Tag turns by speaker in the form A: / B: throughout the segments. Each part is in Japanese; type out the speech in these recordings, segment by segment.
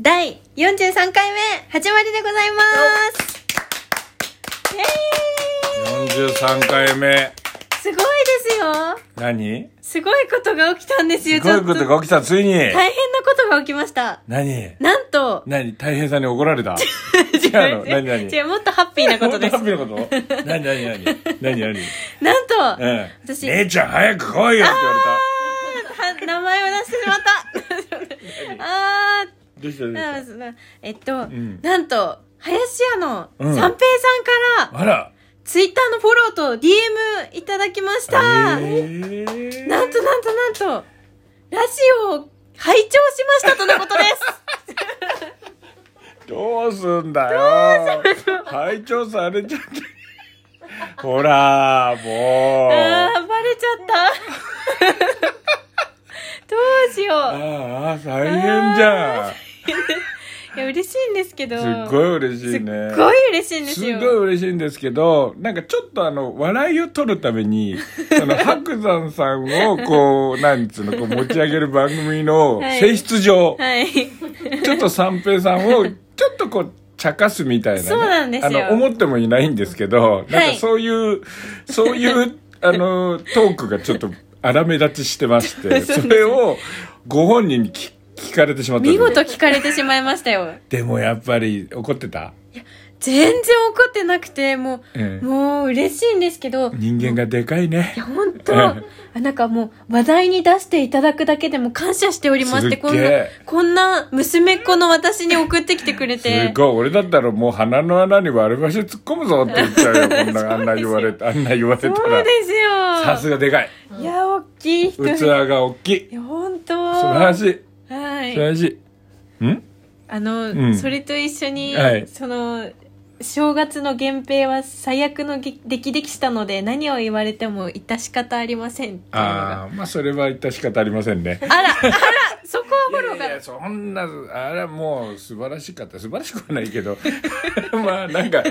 A: 第43回目始まりでございますイエーイ
B: 43回目
A: すごいですよ
B: 何
A: すごいことが起きたんですよ
B: すごいことが起きたついに、
A: 大変なことが起きました
B: 何
A: なんと
B: 何大平さんに怒られた
A: 違
B: 違うの何何
A: 違うもっとハッピーなことです
B: ハッピーなこと何何何何何
A: なんと、
B: 何うん
A: 私
B: 姉ちゃん早く来いよって言わ
A: は名前を出してし まったあー
B: れたどうしたどう
A: な
B: し
A: んだえっと、
B: ん
A: なんと林家の三平
B: うん
A: さんから、
B: たあら
A: ツイッターのフォローと DM いただきました、
B: えー
A: なんとなんとなんとラジオを拝聴しましたとのことです
B: どうすんだよ拝聴されちゃったほらもう
A: あーバレちゃった どうしよう
B: ああ大変じゃん
A: いや嬉しいんですけど
B: すっごい嬉しいね
A: すっごい嬉しいんですす
B: ごい
A: よ
B: 嬉しいんですけど、なんかちょっとあの、笑いを取るた めに、その、白山さんを、こう、なんつうの、こう持ち上げる番組の
A: はい
B: 性質上、
A: はい
B: ちょっと三平さんを、ちょっとこう、茶化すみたいな、ね。
A: そうなんですよ
B: あの、思ってもいないんですけど、なんかそういう、そういう、あの、トークがちょっと荒目立ちしてまし
A: そう
B: て、
A: ですね
B: それを、ご本人に聞聞かれてしまったんで
A: 見事聞かれてしまいましたよ
B: でもやっぱり怒ってた
A: 全然怒ってなくてもう、
B: ええ
A: もう嬉しいんですけど
B: 人間がでかいね。
A: 本 当あなんかもう話題に出していただくだけでも感謝しておりまし
B: す
A: て
B: っげえ
A: こんなこんな娘っ子の私に送ってきてくれ
B: す
A: て
B: ごい俺だったらもう鼻の穴に割り箸突っ込むぞって言っちゃう よこんなあんな言われたあん な言われた
A: そ
B: ら
A: うです
B: さす
A: よ
B: がでかい
A: いや大きい人
B: 器
A: い
B: が大きい
A: や本当
B: 素晴らしい
A: は
B: 素
A: い
B: 晴らしいん
A: あの、
B: うん
A: それと一緒に、
B: はい
A: その正月の源平は最悪のげ出来でしたので何を言われても致し方ありませんっていうのが
B: ああまあそれは致し方ありませんね
A: あらあらそこはフォロー
B: い
A: が
B: やいやそんなあれはもう素晴らしかった素晴らしくはないけど まあなんか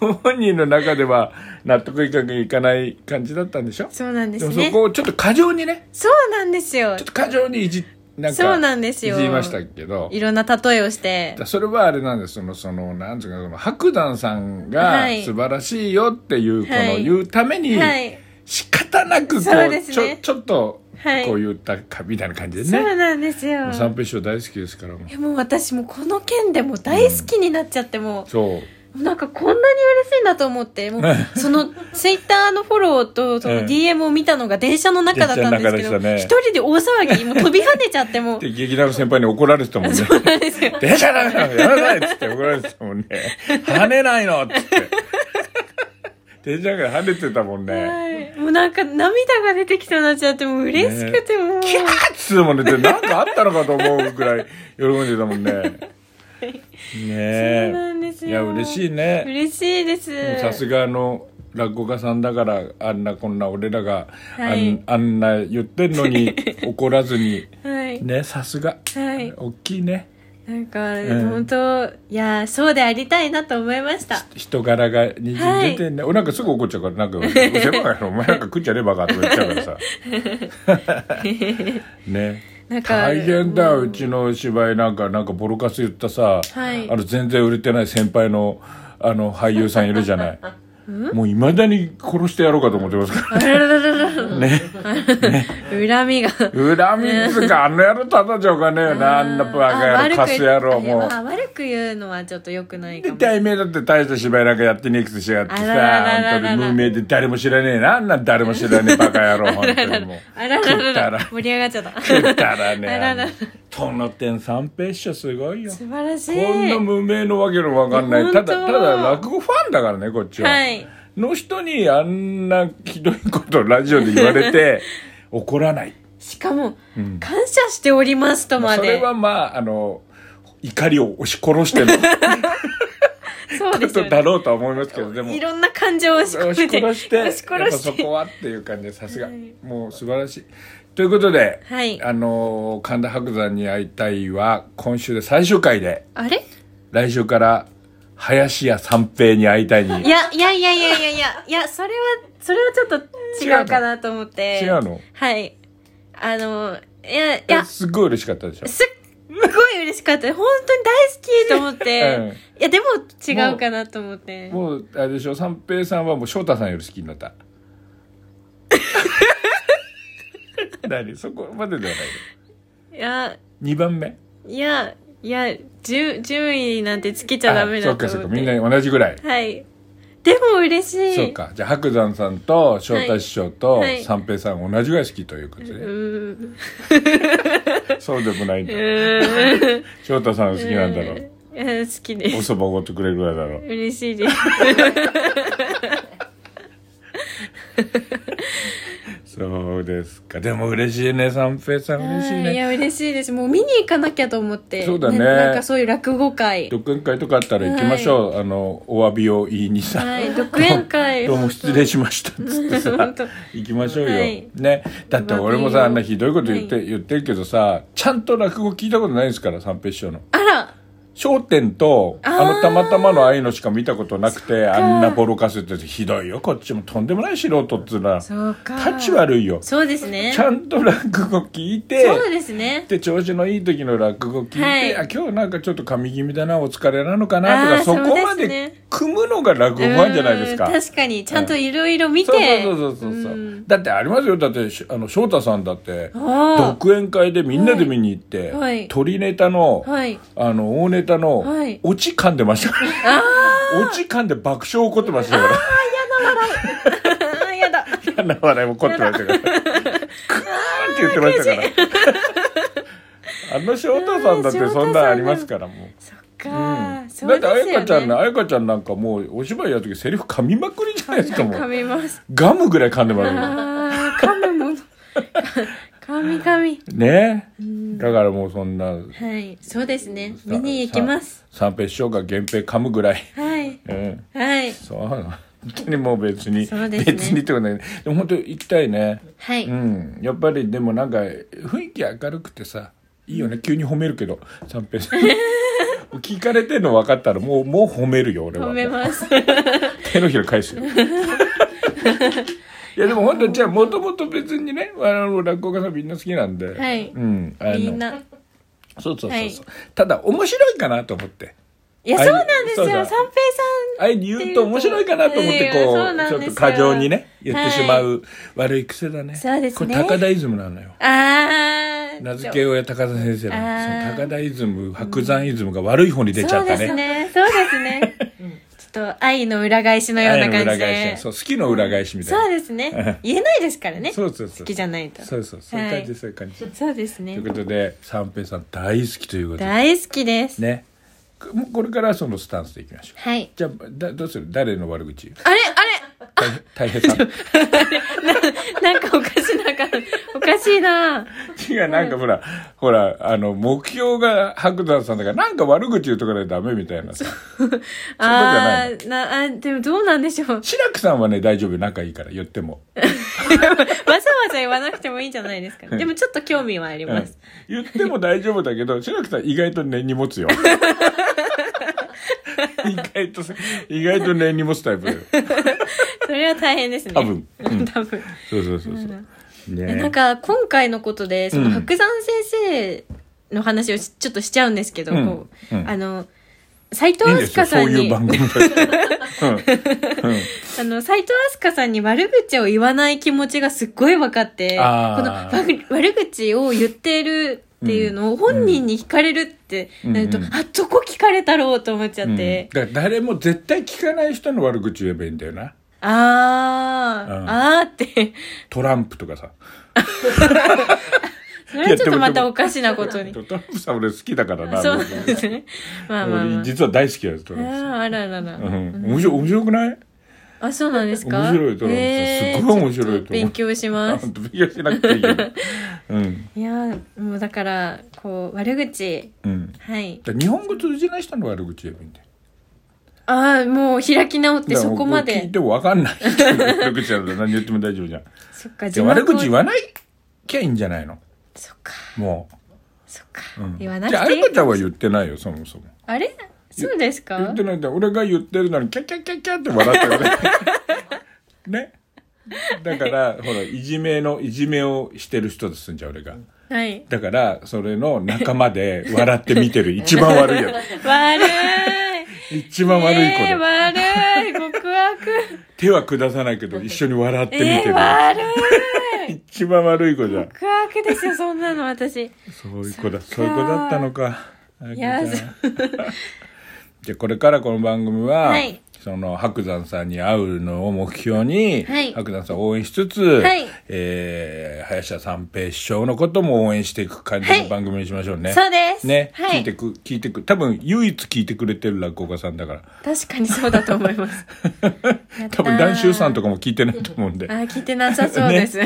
B: ご本人の中では納得いかいかない感じだったんでしょ
A: そうなんで
B: ですも
A: ね
B: そこをちょっと過剰にね
A: そうなんですよ
B: ちょっと過剰にいじなんか
A: そうなんですよ
B: いじりましたけど
A: いろんな例えをして
B: だそれはあれなんですそのそのなんつうかその白檀さんが
A: はい
B: 素晴らしいよっていう、
A: はい
B: この言うために、
A: はい
B: 仕方なくこう
A: そうですね
B: ちょちょっと
A: はい
B: こう言ったかみたいな感じで
A: そ
B: ね、
A: うなんですよ
B: もう三平師匠大好きですからもう
A: いやもう私もうこの件でもう大好きになっちゃっても
B: そう
A: うなんかこんなに嬉しいなと思ってもうそのツイッターのフォローとその
B: うん
A: DM を見たのが電車の中だったんですけ
B: 電車
A: ど
B: の中で
A: 一
B: した
A: 人で大騒ぎもう飛び跳ねちゃ ってもう
B: で劇団の先輩に怒られてたもんね
A: そうなんですよ
B: 「電車だからやらない!」っつって怒られてたもんね「 跳ねないの!」っつって電車が跳ねてたもんね
A: はいもうなんか涙が出てきそうになっちゃってもう嬉しくてもう、
B: キャーッつってもねでなんかあったのかと思うくらい喜んでたもんね ね
A: そう
B: え
A: なんですよ
B: いや嬉しいね
A: 嬉しいです
B: さすがの落語家さんだからあんなこんな俺らが、
A: はい
B: あんあんな言ってんのに怒らずに
A: はい
B: ねさすが
A: はい
B: 大きいね
A: なんか、
B: ん
A: 本当いやそうでありたいなと思いました
B: 人柄がにじみ出てんね、俺なんかすぐ怒っちゃうからなん か「お前らお前なんか食っちゃねえバカ」とか言っちゃうからさ ね
A: なんか
B: 大変だ
A: う
B: よ
A: ん
B: うちの芝居なんかなんかボロカス言ったさ、
A: はい
B: あの全然売れてない先輩のあの俳優さんいるじゃないもういまだに殺してやろうかと思っ てますから
A: あららららら
B: ね
A: 恨みが
B: 恨みっつうか、あの野郎叩いちゃおかねえよな、あんなバカ野郎、カス野郎、も
A: あ
B: う。
A: 悪く言うのはちょっと良くないか
B: で、
A: も
B: 題名だって大した芝居なんかやってねえくせしやがってさ、
A: あららららら
B: 本当に無名で誰も知らねえな、あんな誰も知らねえバカ野郎、本当にもう。
A: あらら
B: 食
A: ら
B: った
A: ら ら
B: ら
A: 盛り上がっちゃった
B: 食ったらね、
A: あららら
B: あのとの点三平師匠すごいよ。
A: 素晴らしい
B: こんな無名のわけのわかんない。
A: 本
B: た
A: 当
B: だ、ただ落語ファンだからね、こっちは。
A: はい
B: の人にあんなひどいことをラジオで言わ れて、怒らない。
A: しかも、感謝しておりますとま
B: それ
A: で
B: はまああの怒りを押し殺しての
A: そうです
B: こ
A: よ
B: と
A: ね
B: だろうとは思いますけどでも
A: いろんな感情を押し
B: 押
A: 込
B: し
A: めて
B: 殺して
A: 押し
B: やっぱ
A: 殺
B: そ
A: して
B: こはっていう感じでさすが、
A: はい
B: もう素晴らしいということで、
A: はい
B: あの神田伯山に会いたいは今週で最終回で
A: あれ
B: 来週から林家三平に会いたい
A: い
B: に
A: や、いやいやいやいやいや、いや、それは、それはちょっと違うかなと思って。
B: 違うの
A: はい。あの、いや、いや、す
B: すっごい嬉しかったでしょ
A: っごい嬉しかった本当に大好きと思って、
B: うん
A: いやでも違うかなと思って
B: もうあれでしょ三平さんはもう翔太さんより好きになった 何そこまでではない
A: いや
B: 2番目
A: いやいや順順位なんてつけちゃダメだと思って
B: あそうかそうかみんな同じぐらい、
A: はいでも嬉しい
B: そうかじゃあ白山さんと翔太師匠と
A: はい
B: 三平さん同じぐらい好きということで、
A: うーん
B: そうでもないんだ
A: う ーん
B: 翔太さん好きなんだ
A: う
B: ろう、
A: んうん好きで
B: お
A: す
B: そばおごってくれるぐらいだろう
A: 嬉しいです
B: そうですかでも嬉しいね三平さん嬉しい
A: はいい
B: ね
A: や嬉しいですもう見に行かなきゃと思って
B: そうだね
A: なんかそういう落語会
B: 独演会とかあったら行きましょう、あのお詫びを言いにさ、
A: はい独演会
B: どうも失礼しましたっつってさ
A: 本当
B: 行きましょうよ、
A: はい
B: ねだって俺も
A: まあ
B: さ
A: いい
B: あ
A: よ
B: んなひどいこと言って、
A: はい
B: 言ってるけどさちゃんと落語聞いたことないですから三平師匠の
A: あら
B: 『笑点』と
A: あー
B: あのたまたまのああいうのしか見たことなくてあんなボロカスってひどいよこっちもとんでもない素人っつうのは
A: そうか
B: 立ち悪いよ
A: そうですね
B: ちゃんと落語聞いて
A: そうですね
B: で調子のいい時の落語聞いて、
A: はい
B: あ今日なんかちょっと神気味だなお疲れなのかな
A: あー
B: とかそこま
A: そうですね
B: で組むのが落語ファンじゃないですか
A: うーん確かにちゃんといろいろ見て、
B: そうそうそうそうそう、
A: ん
B: だってありますよだってしあの翔太さんだって
A: あ
B: 独演会でみんなで見に行って、
A: はいはい
B: 鳥ネタの、
A: あはい
B: あの大ネタの、
A: はい
B: オチ噛んでましたから
A: あ
B: オチ噛んで爆笑起こってましたから
A: あやだ
B: 嫌な笑い起こってましたからクーンって言ってましたから あの翔太さんだってそんなんありますからもう。
A: そっか、
B: うん
A: そうです
B: だ
A: よ
B: っ
A: ね
B: て彩香ちゃんの彩香ちゃんなんかもうお芝居やる時セリフ噛みまくりじゃないですかも
A: 噛
B: う
A: みます
B: ガムぐらい噛んでもらうよ
A: ああ噛むもの噛み噛み
B: ねだからもうそんな
A: はいそうですね見に行きます
B: さ三平師匠が源平噛むぐらい
A: はい
B: うん
A: はい
B: そう本当にもう別に、
A: そうですね
B: 別にってことないでも本当行きたいね
A: はい、
B: うんやっぱりでもなんか雰囲気明るくてさいいよね急に褒めるけど三 平さん聞かれてるの分かったらもうもう褒めるよ俺は
A: 褒めます
B: 手のひら返すよ。 いやでも本当じゃあもともと別にねあの落語家さんみんな好きなんで、
A: はい
B: うん、あの
A: みんな
B: そうそうそうそう、
A: はい
B: ただ面白いかなと思って
A: いや
B: あ
A: そうなんですよ
B: そう
A: 三
B: だ
A: 平さん
B: ああいう言うと面白いかなと思って
A: いや
B: こ
A: そうなん
B: う
A: で
B: ち
A: す
B: ょ
A: よ
B: っと過剰にね言ってしまう悪い癖だね、
A: そうですね
B: これ高田イズムなのよ
A: ああ
B: 名付け親高田先生な
A: あー
B: のその高田イズム白山イズムが悪い方に出ちゃ
A: そ
B: っ
A: う
B: た
A: で
B: ね
A: すねそうですね ちょっと愛の裏返しのような
B: 愛の
A: 感
B: 裏
A: じで
B: 返しそう好きの裏返しみたいな
A: そうです ね言えないですからね
B: そうそうそう
A: 好きじゃないと
B: そうそうそういう感じ、そういう感じ
A: そうですね
B: ということで三平さん大好きということで
A: 大好きです、
B: ねくもうこれからはそのスタンスでいきましょう
A: はい
B: じゃあだどうする誰の悪口
A: あれあ
B: 大平さん
A: れ なんかおかしいなかおかしい な
B: 違うなんかほらほらあの目標が白山さんだからなんか悪口言うとかでダメみたい なさ
A: あーなあでもどうなんでしょう わ
B: 志らくさんはね大丈夫仲いいから言っても、
A: ざわざ言わなくてもいいんじゃないですかでもちょっと興味はあり
B: うん
A: ます、
B: 言っても大丈夫だけど志らくさん意外と根に持つ よ意外と意外と根に持つタイプだよ
A: それは大変ですね
B: 多分、うん、
A: 多分
B: そうそうそうそう
A: えなん
B: ね
A: か今回のことでその
B: うん
A: 白山先生の話をしちょっとしちゃうんですけど、
B: うん
A: こう
B: うん
A: あの斉藤
B: いいんで
A: 飛
B: す
A: 鳥さ
B: よそうんいう
A: に
B: 番組だから、うん
A: あの斉藤飛鳥さんに悪口を言わない気持ちがすっごい分かってこの
B: あー
A: わ悪口を言ってるっていうのを本人に惹かれるってなると、
B: うんうん
A: あどこ聞かれたろうと思っちゃっ
B: うん
A: て、
B: だから誰も絶対聞かない人の悪口言えばいいんだよな
A: あー、
B: うん
A: あーって
B: トランプとかさ
A: それはちょっとまたおかしなことに
B: トランプさん俺好きだからな
A: そうなんですねまあまあま
B: 俺
A: あ
B: 実は大好きなんですト
A: あ
B: ランプ
A: ーあららら、
B: さん、うん、面白い面白くない
A: あ、そうなんですか
B: 面白いと思う
A: えー
B: すごい面白いと思
A: ち
B: う
A: ょっ勉強しま
B: あ
A: す
B: 本。当勉強しなくていいけどうん
A: いやー、もうだから、こう、悪口。
B: うんだか
A: はい。
B: ら日本語通じない人の悪口言えばいいんだよ
A: ああ、もう開き直って
B: だから
A: そこま
B: 聞い
A: で。
B: ても分かんない 人の悪口なので何言っても大丈夫じ ゃん
A: そっか、
B: じゃあ悪口言
A: は
B: わないきゃいいんじゃないの
A: そっか、
B: も
A: そっか
B: う、うん。、
A: 言わな
B: じゃあ
A: くてい
B: 愛
A: い
B: 子。ちゃんは言ってないよそもそも
A: あれそうですか
B: 言ってないんだよ俺が言ってるのにキャッキャッキャッキャッって笑ってるねねだからほらいじめのいじめをしてる人ですんじゃん俺が
A: はい。
B: だからそれの仲間で笑って見 てる一番悪いや
A: 悪い。
B: つ一番悪い子で、
A: えー悪い。極悪。
B: 手は下さないけど一緒に笑って見て
A: えー、
B: る、
A: 悪い。
B: 一番悪い子じゃん
A: 極悪ですよ、そんなの 私。
B: そういう子だそういう子だったのか
A: いや
B: あきちゃんじゃあこれからこの番組は、
A: はい
B: その白山さんに会うのを目標に、
A: はい
B: 白山さんを応援しつつ、
A: い
B: えー林家三平師匠のことも応援していく感じ
A: は
B: の
A: い
B: 番組にしましょうね、
A: そうです
B: ね、
A: はい
B: 聞いてく聞いてく多分唯一聞いてくれてる落語家さんだから
A: 確かにそうだと思います。
B: 多分談秋さんと
A: か。
B: かも聞いてないと思うんで
A: あー、聞いてなさそうです。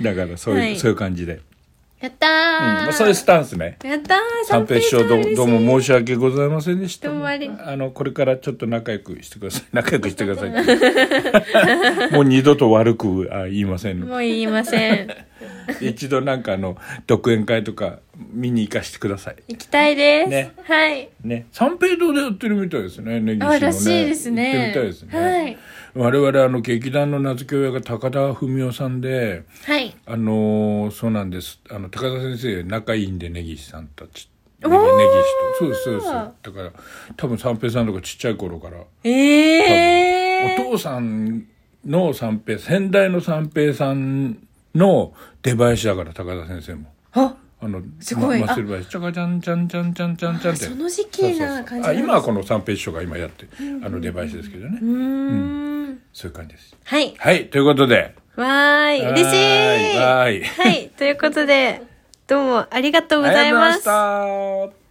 B: だからそういう、
A: はい
B: そういう感じで、
A: やった
B: うん
A: ー、
B: まあ、そういうスタンスね
A: やったー
B: 三平師匠どうどう
A: 嬉しい
B: も申し訳ございませんでした
A: どうもあり
B: あのこれからちょっと仲良くしてください 仲良くしてください もう二度と悪くあ言いません
A: もう言いません。
B: 一度なんかあの独演会とか見に行かしてください
A: 行きたいです。
B: ね
A: はい。
B: ね三平堂でやってるみたいですね根岸の
A: あ、
B: ね
A: らしいです
B: 行っ
A: ね。
B: てみたいですね、
A: はい。
B: 我々あの劇団の名付け親が高田文夫さんで
A: はい。
B: あのーそうなんですあの高田先生仲いいんで根岸さんたち
A: お
B: 根
A: ー
B: 岸とそうですそうですだから多分三平さんとかちっちゃい頃から
A: えー。
B: お父さんの三平先代の三平さんの出囃子だから高田先生も
A: あ、
B: あの
A: すごい
B: まマスル囃子チャカチャンチャンチャンチャンチャンチャンって
A: その時期な感じなんですね
B: あ今はこの三平師匠が今やってあの出囃子ですけどね
A: うーん。
B: そういう感じです
A: はい。
B: はいということで
A: わーい。嬉しい。
B: はーいわーい
A: はい。ということで、どうもありがとうございます。
B: ありがとうございました